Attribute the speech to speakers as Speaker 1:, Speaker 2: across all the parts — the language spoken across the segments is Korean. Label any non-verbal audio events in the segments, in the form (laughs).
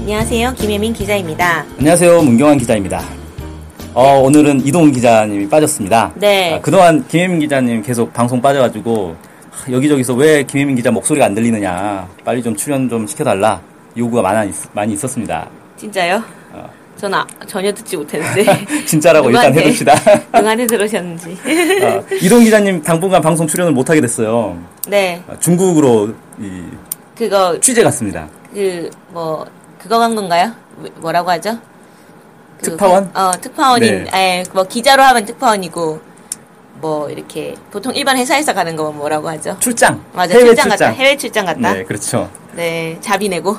Speaker 1: 안녕하세요. 김혜민 기자입니다.
Speaker 2: 안녕하세요. 문경환 기자입니다. 어, 오늘은 이동훈 기자님이 빠졌습니다.
Speaker 1: 네.
Speaker 2: 아, 그동안 김혜민 기자님 계속 방송 빠져가지고 하, 여기저기서 왜 김혜민 기자 목소리가 안 들리느냐 빨리 좀 출연 좀 시켜달라 요구가 많아, 많이 있었습니다. (laughs)
Speaker 1: 진짜요? 전 아, 전혀 듣지 (laughs) 못했는데.
Speaker 2: 진짜라고 일단
Speaker 1: 누구한테- (laughs)
Speaker 2: 해둡시다.
Speaker 1: 누구한테 들으셨는지.
Speaker 2: 아, 이동훈 기자님 당분간 방송 출연을 못하게 됐어요.
Speaker 1: (laughs) 네.
Speaker 2: 아, 중국으로 이,
Speaker 1: 그거,
Speaker 2: 취재 갔습니다.
Speaker 1: 그, 뭐, 그거 간 건가요? 뭐- 뭐라고 하죠? 그-
Speaker 2: 특파원?
Speaker 1: 어, 특파원인,
Speaker 2: 네.
Speaker 1: 예, 뭐, 기자로 하면 특파원이고, 뭐, 이렇게, 보통 일반 회사에서 가는 거면 뭐라고 하죠?
Speaker 2: 출장.
Speaker 1: 맞아,
Speaker 2: 해외
Speaker 1: 출장 갔다. 해외 출장 갔다.
Speaker 2: 네,
Speaker 1: 네.
Speaker 2: 그렇죠.
Speaker 1: 자비 내고.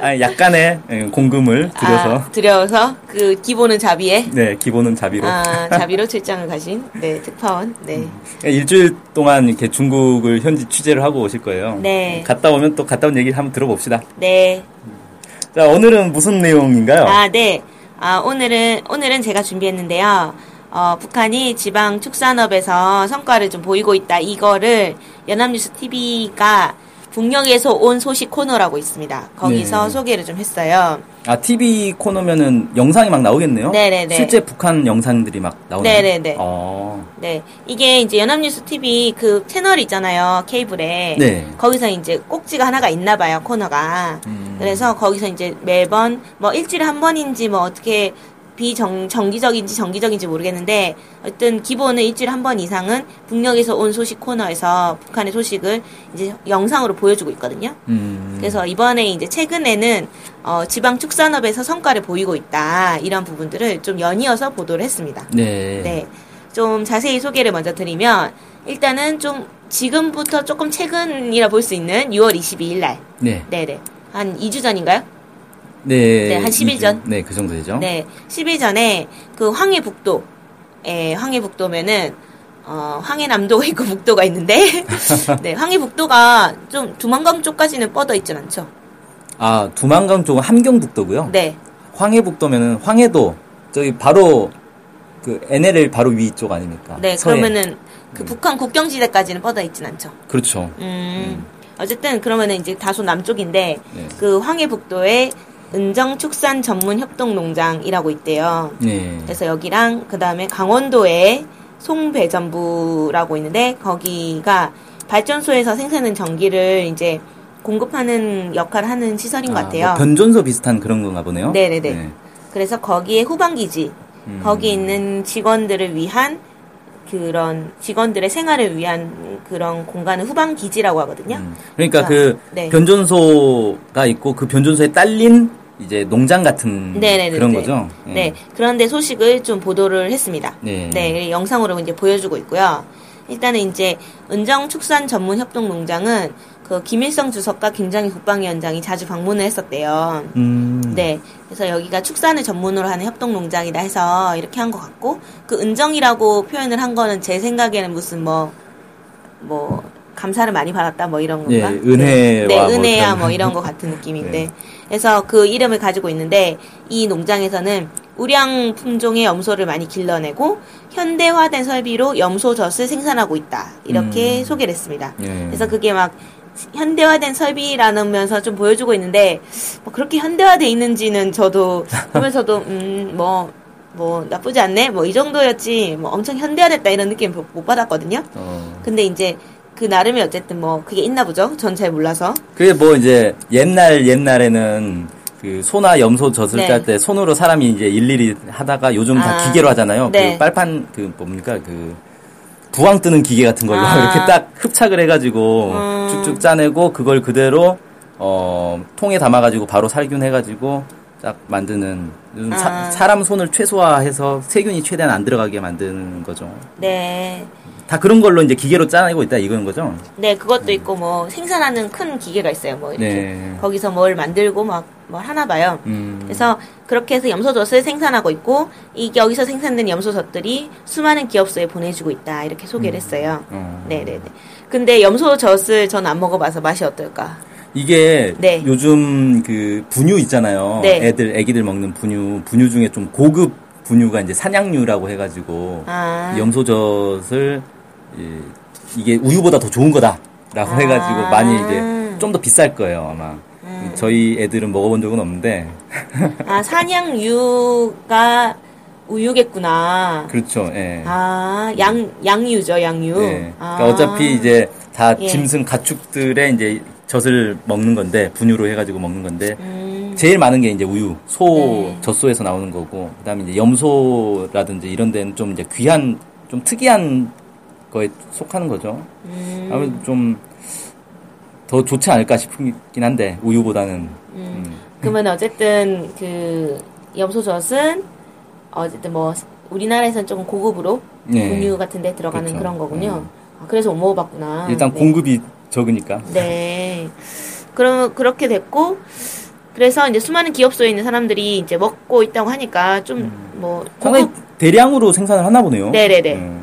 Speaker 2: 아, 약간의 예, 공금을 들여서
Speaker 1: (laughs) 아, 들여서, 그, 기본은 자비에.
Speaker 2: 네 기본은 자비로.
Speaker 1: 아, 자비로 출장을 가신, 네, 특파원. 네.
Speaker 2: 일주일 동안 이렇게 중국을 현지 취재를 하고 오실 거예요.
Speaker 1: 네.
Speaker 2: 갔다 오면 또 갔다 온 얘기 한번 들어봅시다.
Speaker 1: 네.
Speaker 2: 자, 오늘은 무슨 내용인가요?
Speaker 1: 아, 네. 아, 오늘은, 오늘은 제가 준비했는데요. 어, 북한이 지방 축산업에서 성과를 좀 보이고 있다. 이거를 연합뉴스 TV가 북녘에서 온 소식 코너라고 있습니다. 거기서
Speaker 2: 네.
Speaker 1: 소개를 좀 했어요.
Speaker 2: 아, TV 코너면은 영상이 막 나오겠네요?
Speaker 1: 네네네.
Speaker 2: 실제 북한 영상들이 막 나오네요.
Speaker 1: 네네네.
Speaker 2: 어,
Speaker 1: 네. 이게 이제 연합뉴스 TV 그 채널 있잖아요. 케이블에.
Speaker 2: 네.
Speaker 1: 거기서 이제 꼭지가 하나가 있나 봐요. 코너가. 그래서 거기서 이제 매번 뭐 일주일에 한 번인지 뭐 어떻게 비정, 정기적인지 정기적인지 모르겠는데 어떤 기본은 일주일에 한 번 이상은 북녘에서 온 소식 코너에서 북한의 소식을 이제 영상으로 보여주고 있거든요.
Speaker 2: 음,
Speaker 1: 그래서 이번에 이제 최근에는 어, 지방 축산업에서 성과를 보이고 있다. 이런 부분들을 좀 연이어서 보도를 했습니다.
Speaker 2: 네.
Speaker 1: 네. 좀 자세히 소개를 먼저 드리면 일단은 좀 지금부터 조금 최근이라 볼 수 있는 6월 22일 날.
Speaker 2: 네.
Speaker 1: 네네. 한 2주 전인가요?
Speaker 2: 네.
Speaker 1: 네, 한 10일
Speaker 2: 이주.
Speaker 1: 전?
Speaker 2: 네, 그 정도 되죠?
Speaker 1: 네. 10일 전에 그 황해북도. 에, 황해북도면은 어, 황해남도가 있고 북도가
Speaker 2: (laughs)
Speaker 1: 있는데 네, 황해북도가 좀 두만강 쪽까지는 뻗어 있진 않죠.
Speaker 2: 아, 두만강 쪽은 함경북도고요
Speaker 1: 네.
Speaker 2: 황해북도면은 황해도, 저기 바로 그 NLL 바로 위 쪽 아닙니까?
Speaker 1: 네.
Speaker 2: 서해. 음.
Speaker 1: 그러면은 그 북한 국경지대까지는 뻗어 있진 않죠.
Speaker 2: 그렇죠.
Speaker 1: 음. 어쨌든 그러면은 이제 다소 남쪽인데
Speaker 2: 네.
Speaker 1: 그 황해북도에 은정축산 전문 협동 농장이라고 있대요.
Speaker 2: 네.
Speaker 1: 그래서 여기랑 그다음에 강원도에 송배전부라고 있는데 거기가 발전소에서 생산한 전기를 이제 공급하는 역할을 하는 시설인 것 같아요.
Speaker 2: 뭐 변전소 비슷한 그런 건가 보네요.
Speaker 1: 네네네. 그래서 거기에 후방기지,
Speaker 2: 음.
Speaker 1: 거기 있는 직원들을 위한 그런 직원들의 생활을 위한 그런 공간을 후방기지라고 하거든요.
Speaker 2: 음. 그러니까
Speaker 1: 자,
Speaker 2: 그
Speaker 1: 네.
Speaker 2: 변전소가 있고 그 변전소에 딸린 이제 농장 같은
Speaker 1: 네네네.
Speaker 2: 그런 거죠. 예.
Speaker 1: 네. 그런데 소식을 좀 보도를 했습니다.
Speaker 2: 네.
Speaker 1: 네, 영상으로 이제 보여주고 있고요. 일단은 이제 은정 축산 전문 협동 농장은 그 김일성 주석과 김정희 국방위원장이 자주 방문을 했었대요.
Speaker 2: 음.
Speaker 1: 네. 그래서 여기가 축산을 전문으로 하는 협동 농장이다 해서 이렇게 한 것 같고 그 은정이라고 표현을 한 거는 제 생각에는 무슨 뭐 뭐 감사를 많이 받았다 뭐 이런 건가?
Speaker 2: 예,
Speaker 1: 네,
Speaker 2: 은혜와 뭐
Speaker 1: 은혜야
Speaker 2: 그런-
Speaker 1: 뭐 이런 것 같은 느낌인데.
Speaker 2: 네.
Speaker 1: 그래서 그 이름을 가지고 있는데 이 농장에서는 우량 품종의 염소를 많이 길러내고 현대화된 설비로 염소 젖을 생산하고 있다. 이렇게
Speaker 2: 음.
Speaker 1: 소개를 했습니다.
Speaker 2: 예.
Speaker 1: 그래서 그게 막 현대화된 설비라면서 좀 보여주고 있는데 뭐 그렇게 현대화돼 있는지는
Speaker 2: (laughs)
Speaker 1: 저도 보면서도 음뭐뭐 나쁘지 않네 뭐 이 정도였지 뭐 엄청 현대화됐다 이런 느낌 못 받았거든요.
Speaker 2: 어.
Speaker 1: 근데 이제 그 나름의 어쨌든 뭐 그게 있나 보죠. 전 잘 몰라서.
Speaker 2: 그게 뭐 이제 옛날 옛날에는 그 소나 염소 젖을
Speaker 1: 네.
Speaker 2: 짤 때 손으로 사람이 이제 일일이 하다가 요즘
Speaker 1: 아.
Speaker 2: 다 기계로 하잖아요.
Speaker 1: 네.
Speaker 2: 그 빨판 그 뭡니까 그 부황 뜨는 기계 같은 걸로
Speaker 1: 아.
Speaker 2: (laughs) 이렇게 딱 흡착을 해가지고
Speaker 1: 음.
Speaker 2: 쭉쭉 짜내고 그걸 그대로 어 통에 담아가지고 바로 살균해가지고 딱 만드는 요즘
Speaker 1: 아.
Speaker 2: 사, 람 손을 최소화해서 세균이 최대한 안 들어가게 만드는 거죠.
Speaker 1: 네.
Speaker 2: 다 그런 걸로 이제 기계로 짜내고 있다 이거는 거죠.
Speaker 1: 네, 그것도 있고 뭐 생산하는 큰 기계가 있어요. 뭐 이렇게
Speaker 2: 음. 네.
Speaker 1: 거기서 뭘 만들고 막 뭘 하나 봐요.
Speaker 2: 음,
Speaker 1: 그래서 그렇게 해서 염소젖을 생산하고 있고 이 여기서 생산된 염소젖들이 수많은 기업소에 보내주고 있다 이렇게 소개를 했어요.
Speaker 2: 어.
Speaker 1: 네네네. 근데 염소젖을 전 안 먹어봐서 맛이 어떨까?
Speaker 2: 이게
Speaker 1: 네.
Speaker 2: 요즘 그 분유 있잖아요.
Speaker 1: 네.
Speaker 2: 애들 아기들 먹는 분유 분유 중에 좀 고급 분유가 이제 산양유라고 해가지고
Speaker 1: 아,
Speaker 2: 염소젖을 이- 이게 우유보다 더 좋은 거다라고
Speaker 1: 아.
Speaker 2: 해가지고 많이 이제 좀 더 비쌀 거예요 아마.
Speaker 1: 음.
Speaker 2: 저희 애들은 먹어본 적은 없는데
Speaker 1: 아 산양유가 우유겠구나.
Speaker 2: 그렇죠. 예.
Speaker 1: 아, 양, 양유죠, 양유.
Speaker 2: 예.
Speaker 1: 아.
Speaker 2: 그러니까 어차피 이제 다
Speaker 1: 예.
Speaker 2: 짐승 가축들의 이제 젖을 먹는 건데 분유로 해가지고 먹는 건데
Speaker 1: 음,
Speaker 2: 제일 많은 게 이제 우유, 소
Speaker 1: 네.
Speaker 2: 젖소에서 나오는 거고 그다음에 이제 염소라든지 이런 데는 좀 이제 귀한 좀 특이한 거에 속하는 거죠.
Speaker 1: 음,
Speaker 2: 아무래도 좀 더 좋지 않을까 싶긴 한데 우유보다는
Speaker 1: 음. 그러면 어쨌든 그 염소젖은 어쨌든 뭐 우리나라에서는 조금 고급으로
Speaker 2: 네.
Speaker 1: 분유 같은 데 들어가는
Speaker 2: 그렇죠.
Speaker 1: 그런 거군요. 아, 그래서 못 먹어봤구나.
Speaker 2: 일단
Speaker 1: 네.
Speaker 2: 공급이 적으니까.
Speaker 1: 네. 그럼 그렇게 됐고 그래서 이제 수많은 기업소에 있는 사람들이 이제 먹고 있다고 하니까 좀
Speaker 2: 음.
Speaker 1: 뭐
Speaker 2: 상당히 대량으로 생산을 하나 보네요.
Speaker 1: 네네네.
Speaker 2: 음.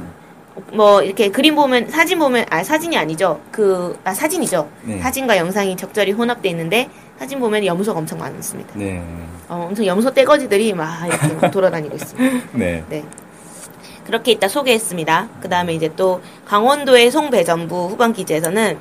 Speaker 1: 뭐 이렇게 그림 보면 사진 보면 아 사진이 아니죠 그 아 사진이죠
Speaker 2: 네.
Speaker 1: 사진과 영상이 적절히 혼합돼 있는데 사진 보면 염소가 엄청 많습니다
Speaker 2: 네.
Speaker 1: 어, 엄청 염소 떼거지들이 막 이렇게 막 돌아다니고 있습니다
Speaker 2: 네.
Speaker 1: 네 그렇게 이따 소개했습니다 그 다음에 이제 또 강원도의 송배전부 후반 기지에서는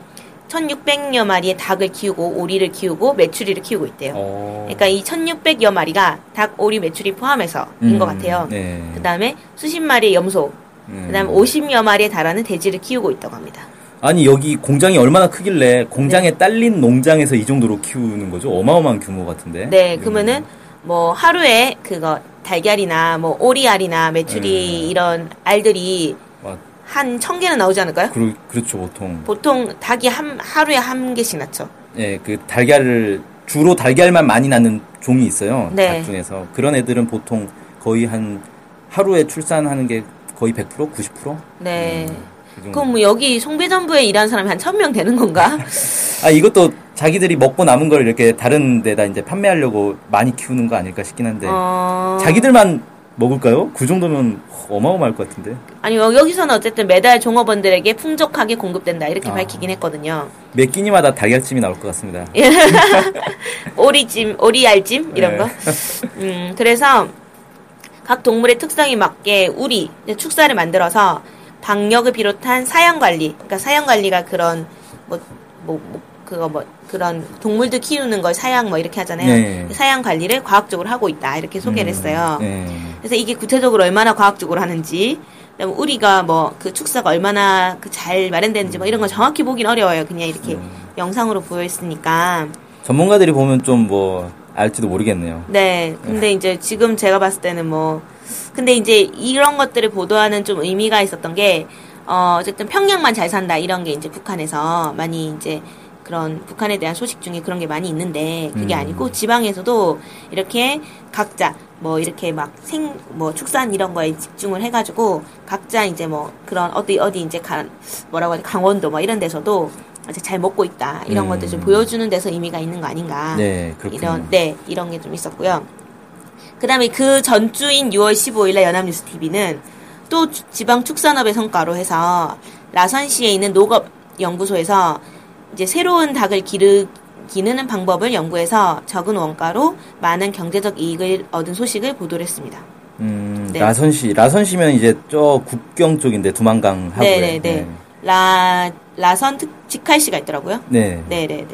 Speaker 1: 1600여 마리의 닭을 키우고 오리를 키우고 메추리를 키우고 있대요
Speaker 2: 어.
Speaker 1: 그러니까 이 1600여 마리가 닭 오리 메추리 포함해서인
Speaker 2: 음,
Speaker 1: 것 같아요
Speaker 2: 네.
Speaker 1: 그 다음에 수십 마리의 염소
Speaker 2: 음.
Speaker 1: 그다음 50여 마리에 달하는 돼지를 키우고 있다고 합니다.
Speaker 2: 아니 여기 공장이 얼마나 크길래 공장에
Speaker 1: 네.
Speaker 2: 딸린 농장에서 이 정도로 키우는 거죠? 어마어마한 규모 같은데.
Speaker 1: 네,
Speaker 2: 음.
Speaker 1: 그러면은 뭐 하루에 그거 달걀이나 뭐 오리알이나 메추리 이런 알들이
Speaker 2: 와,
Speaker 1: 한 천 개는 나오지 않을까요?
Speaker 2: 아, 그러, 그렇죠 보통.
Speaker 1: 보통 닭이 한 하루에 한 개씩 낳죠.
Speaker 2: 예, 그 달걀을 주로 달걀만 많이 낳는 종이 있어요.
Speaker 1: 네.
Speaker 2: 닭 중에서 그런 애들은 보통 거의 한 하루에 출산하는 게 거의 100% 90%?
Speaker 1: 네.
Speaker 2: 그 정도.
Speaker 1: 그럼 뭐 여기 송배전부에 일하는 사람이 한 천 명 되는
Speaker 2: (laughs)
Speaker 1: 건가?
Speaker 2: 아 이것도 자기들이 먹고 남은 걸 이렇게 다른 데다 이제 판매하려고 많이 키우는 거 아닐까 싶긴 한데
Speaker 1: 어...
Speaker 2: 네. 자기들만 먹을까요? 그 정도면 어마어마할 것 같은데.
Speaker 1: 아니 뭐 여- 여기서는 어쨌든 매달 종업원들에게 풍족하게 공급된다 이렇게
Speaker 2: 아.
Speaker 1: 밝히긴 했거든요.
Speaker 2: 매 끼니마다 달걀찜이 나올 것 같습니다.
Speaker 1: 오리찜, 오리알찜 이런
Speaker 2: 네.
Speaker 1: 거. 음, 그래서 각 동물의 특성에 맞게 우리 이제 축사를 만들어서 방역을 비롯한 사양 관리, 그러니까 사양 관리가 그런 뭐, 뭐, 뭐, 그거 뭐 그런 동물들 키우는 걸 사양 뭐 이렇게 하잖아요.
Speaker 2: 네. 음,
Speaker 1: 사양 관리를 과학적으로 하고 있다 이렇게 소개를 했어요.
Speaker 2: 네.
Speaker 1: 그래서 이게 구체적으로 얼마나 과학적으로 하는지, 그다음 우리가 뭐 그 축사가 얼마나 그 잘 마련되는지 뭐 이런 걸 정확히 보긴 어려워요. 그냥 이렇게
Speaker 2: 음.
Speaker 1: 영상으로 보여 있으니까.
Speaker 2: 전문가들이 보면 좀 뭐 알지도 그렇죠. 모르겠네요.
Speaker 1: 네. 근데 이제 지금 제가 봤을 때는 뭐, 근데 이제 이런 것들을 보도하는 좀 의미가 있었던 게, 어, 어쨌든 평양만 잘 산다 이런 게 이제 북한에서 많이 이제 그런 북한에 대한 소식 중에 그런 게 많이 있는데 그게
Speaker 2: 음.
Speaker 1: 아니고 지방에서도 이렇게 각자 뭐 이렇게 막 생 뭐 축산 이런 거에 집중을 해가지고 각자 이제 뭐 그런 어디 어디 이제 간 뭐라고 하지 강원도 뭐 이런 데서도 이제 잘 먹고 있다 이런
Speaker 2: 음.
Speaker 1: 것들 좀 보여주는 데서 의미가 있는 거 아닌가
Speaker 2: 네, 그렇군요.
Speaker 1: 이런 네 이런 게 좀 있었고요. 그다음에 그 전주인 6월 15일에 연합뉴스 TV는 또 주- 지방 축산업의 성과로 해서 라선시에 있는 농업 연구소에서 이제 새로운 닭을 기르 기르는 방법을 연구해서 적은 원가로 많은 경제적 이익을 얻은 소식을 보도를 했습니다.
Speaker 2: 음,
Speaker 1: 네.
Speaker 2: 라선시 라선시면 이제 저 국경 쪽인데 두만강 하구에.
Speaker 1: 네네네. 라 라선 특 직할시가 있더라고요.
Speaker 2: 네. 네.
Speaker 1: 네네네.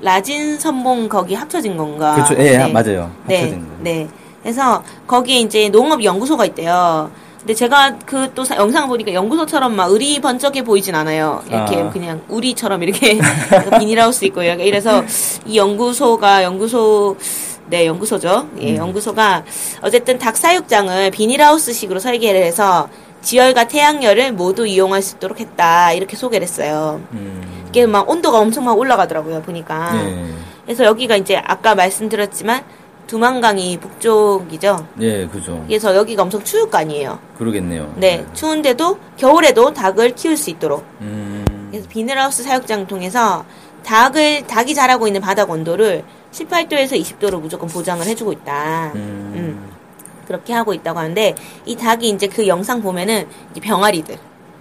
Speaker 1: 라진 선봉 거기 합쳐진 건가?
Speaker 2: 그렇죠. 예,
Speaker 1: 네.
Speaker 2: 맞아요.
Speaker 1: 네,
Speaker 2: 합쳐진 거.
Speaker 1: 네. 그래서 거기에 이제 농업연구소가 있대요. 근데 제가 그 또 영상 보니까 연구소처럼 막 의리 번쩍해 보이진 않아요. 이렇게
Speaker 2: 아.
Speaker 1: 그냥 우리처럼 이렇게 (laughs) 비닐하우스 있고 이렇게 이래서 이 연구소가 연구소 네 연구소죠.
Speaker 2: 음.
Speaker 1: 예, 연구소가 어쨌든 닭 사육장을 비닐하우스식으로 설계를 해서 지열과 태양열을 모두 이용할 수 있도록 했다 이렇게 소개를 했어요.
Speaker 2: 음,
Speaker 1: 이게 아. 막 온도가 엄청 막 올라가더라고요 보니까.
Speaker 2: 네.
Speaker 1: 그래서 여기가 이제 아까 말씀드렸지만 두만강이 북쪽이죠.
Speaker 2: 예, 그죠.
Speaker 1: 그래서 여기가 엄청 추울 거 아니에요.
Speaker 2: 그러겠네요.
Speaker 1: 네, 추운데도 겨울에도 닭을 키울 수 있도록
Speaker 2: 음,
Speaker 1: 그래서 비닐하우스 사육장을 통해서 닭을 닭이 자라고 있는 바닥 온도를 18도에서 20도로 무조건 보장을 해주고 있다.
Speaker 2: 음,
Speaker 1: 그렇게 하고 있다고 하는데 이 닭이 이제 그 영상 보면은 이제 병아리들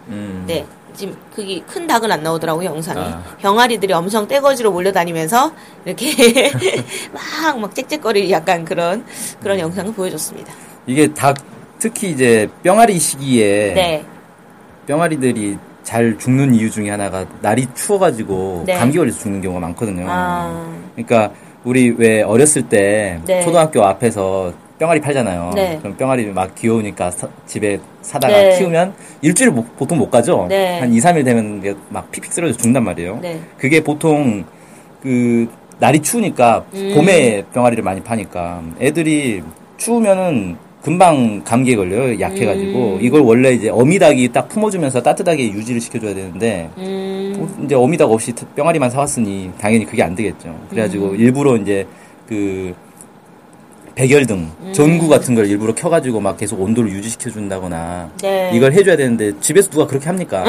Speaker 2: 음.
Speaker 1: 네. 지금 그게 큰 닭은 안 나오더라고요 영상이
Speaker 2: 아.
Speaker 1: 병아리들이 엄청 떼거지로 몰려다니면서 이렇게 (laughs) 막막 짹짹거리 약간 그런
Speaker 2: 음.
Speaker 1: 그런 영상을 보여줬습니다.
Speaker 2: 이게 닭 특히 이제 뿅아리 시기에
Speaker 1: 네,
Speaker 2: 뿅아리들이 잘 죽는 이유 중에 하나가 날이 추워가지고
Speaker 1: 네.
Speaker 2: 감기 걸려서 죽는 경우가 많거든요.
Speaker 1: 아.
Speaker 2: 그러니까 우리 왜 어렸을 때
Speaker 1: 네.
Speaker 2: 초등학교 앞에서 뿅아리 팔잖아요.
Speaker 1: 네.
Speaker 2: 그럼 뿅아리 막 귀여우니까 사- 집에 사다가
Speaker 1: 네.
Speaker 2: 키우면 일주일 못- 보통 못 가죠.
Speaker 1: 네.
Speaker 2: 한 2, 3일 되면 이게 막 픽픽 쓰러져 죽는단 말이에요.
Speaker 1: 네.
Speaker 2: 그게 보통 그 날이 추우니까
Speaker 1: 음.
Speaker 2: 봄에 병아리를 많이 파니까 애들이 추우면은 금방 감기에 걸려요 약해가지고
Speaker 1: 음.
Speaker 2: 이걸 원래 이제 어미닭이 딱 품어주면서 따뜻하게 유지를 시켜줘야 되는데
Speaker 1: 음,
Speaker 2: 이제 어미닭 없이 병아리만 사왔으니 당연히 그게 안 되겠죠 그래가지고
Speaker 1: 음.
Speaker 2: 일부러 이제 그 백열등
Speaker 1: 음.
Speaker 2: 전구 같은 걸 일부러 켜가지고 막 계속 온도를 유지시켜준다거나
Speaker 1: 네.
Speaker 2: 이걸 해줘야 되는데 집에서 누가
Speaker 1: (laughs)
Speaker 2: 그렇게 합니까?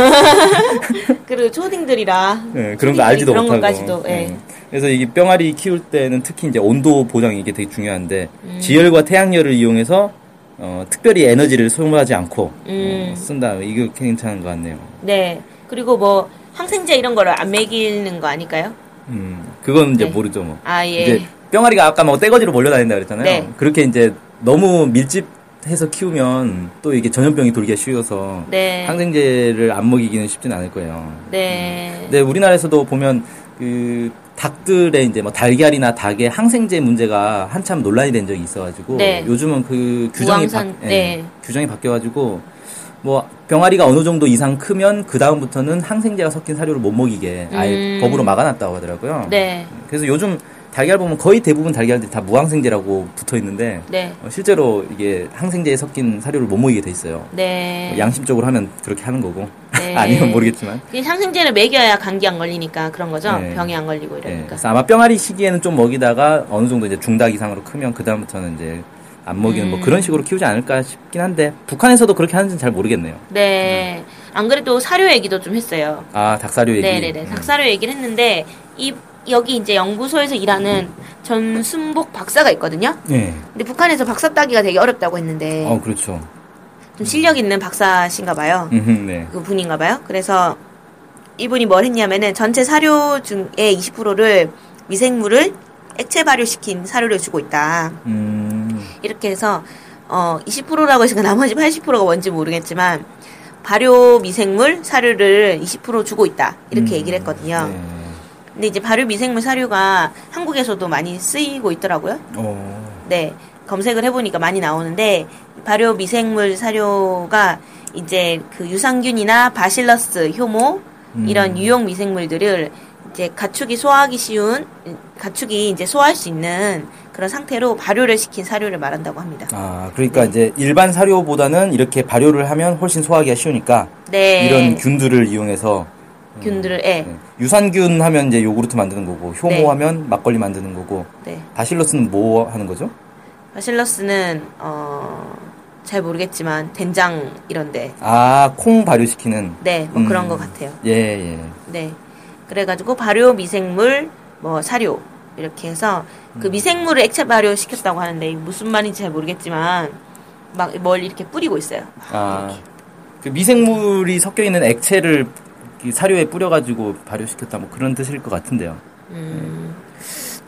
Speaker 1: 그리고 초딩들이라
Speaker 2: 예, 그런 거 알지도
Speaker 1: 그런
Speaker 2: 못하고. 음.
Speaker 1: 것까지도, 예.
Speaker 2: 그래서 이 뿅아리 키울 때는 특히 이제 온도 보장이 이게 되게 중요한데
Speaker 1: 음.
Speaker 2: 지열과 태양열을 이용해서 어, 특별히 에너지를 소모하지 않고
Speaker 1: 음.
Speaker 2: 어, 쓴다. 이거 괜찮은 것 같네요.
Speaker 1: 네. 그리고 뭐 항생제 이런 거를 안 먹이는 거 아닐까요?
Speaker 2: 음, 그건 이제
Speaker 1: 네.
Speaker 2: 모르죠 뭐.
Speaker 1: 아 예.
Speaker 2: 이제 뿅아리가 아까 뭐 떼거지로 몰려다닌다 그랬잖아요.
Speaker 1: 네.
Speaker 2: 그렇게 이제 너무 밀집해서 키우면 또 이게 전염병이 돌기가 쉬워서
Speaker 1: 네.
Speaker 2: 항생제를 안 먹이기는 쉽진 않을 거예요.
Speaker 1: 네.
Speaker 2: 근데 우리나라에서도 보면 그 닭들의 이제 뭐 달걀이나 닭의 항생제 문제가 한참 논란이 된 적이 있어가지고
Speaker 1: 네.
Speaker 2: 요즘은 그 규정이 바,
Speaker 1: 우왕산,
Speaker 2: 예,
Speaker 1: 네.
Speaker 2: 규정이 바뀌어가지고 뭐 병아리가 어느 정도 이상 크면 그 다음부터는 항생제가 섞인 사료를 못 먹이게 아예
Speaker 1: 음.
Speaker 2: 법으로 막아놨다고 하더라고요.
Speaker 1: 네.
Speaker 2: 그래서 요즘 달걀 보면 거의 대부분 달걀들이 다 무항생제라고 붙어 있는데
Speaker 1: 네.
Speaker 2: 어, 실제로 이게 항생제에 섞인 사료를 못 먹이게 돼 있어요. 뭐
Speaker 1: 네.
Speaker 2: 양심적으로 하면 그렇게 하는 거고
Speaker 1: 네.
Speaker 2: (laughs) 아니면 모르겠지만.
Speaker 1: 그 항생제를 먹여야 감기 안 걸리니까 그런 거죠.
Speaker 2: 네.
Speaker 1: 병이 안 걸리고
Speaker 2: 예,
Speaker 1: 이러니까.
Speaker 2: 그래서 아마 뿅아리 시기에는 좀 먹이다가 어느 정도 이제 중닭 이상으로 크면 그 다음부터는 이제 안 먹이는
Speaker 1: 음.
Speaker 2: 뭐 그런 식으로 키우지 않을까 싶긴 한데 북한에서도 그렇게 하는지는 잘 모르겠네요.
Speaker 1: 네. 안 그래도 사료 얘기도 좀 했어요.
Speaker 2: 아 닭사료 얘기.
Speaker 1: 네네네. 닭사료 얘기를 했는데 이 여기 이제 연구소에서 일하는 전순복 박사가 있거든요.
Speaker 2: 음. 예.
Speaker 1: 근데 북한에서 박사 따기가 되게 어렵다고 했는데
Speaker 2: 어 그렇죠.
Speaker 1: 좀 실력 있는 박사신가 봐요.
Speaker 2: 음, 네.
Speaker 1: 그 분인가 봐요. 그래서 이분이 뭘 했냐면은 전체 사료 중에 20%를 미생물을 액체 발효시킨 사료를 주고 있다.
Speaker 2: 음.
Speaker 1: 이렇게 해서 어 20%라고 했으니까 나머지 80%가 뭔지 모르겠지만 발효 미생물 사료를 20% 주고 있다. 이렇게 얘기를 했거든요.
Speaker 2: 네.
Speaker 1: 근데 이제 발효 미생물 사료가 한국에서도 많이 쓰이고 있더라고요.
Speaker 2: 어.
Speaker 1: 네. 검색을 해보니까 많이 나오는데, 발효 미생물 사료가 이제 그 유산균이나 바실러스, 효모, 이런 유용 미생물들을 이제 가축이 소화하기 쉬운, 가축이 이제 소화할 수 있는 그런 상태로 발효를 시킨 사료를 말한다고 합니다.
Speaker 2: 아 그러니까 이제 일반 사료보다는 이렇게 발효를 하면 훨씬 소화하기가 쉬우니까
Speaker 1: 네.
Speaker 2: 이런 균들을 이용해서
Speaker 1: 균들을, 예.
Speaker 2: 예, 유산균 하면 이제 요구르트 만드는 거고 효모
Speaker 1: 네.
Speaker 2: 하면 막걸리 만드는 거고
Speaker 1: 네.
Speaker 2: 바실러스는 뭐 하는 거죠?
Speaker 1: 바실러스는, 어, 잘 모르겠지만, 된장 이런데.
Speaker 2: 아, 콩 발효시키는.
Speaker 1: 네, 뭐 그런
Speaker 2: 음.
Speaker 1: 것 같아요.
Speaker 2: 예, 예.
Speaker 1: 네. 그래가지고 발효 미생물 뭐 사료 이렇게 해서
Speaker 2: 음.
Speaker 1: 그 미생물을 액체 발효시켰다고 하는데 이게 무슨 말인지 잘 모르겠지만 막 뭘 이렇게 뿌리고 있어요.
Speaker 2: 아, 그 미생물이 섞여 있는 액체를 이 사료에 뿌려가지고 발효시켰다, 뭐 그런 뜻일 것 같은데요.
Speaker 1: 음,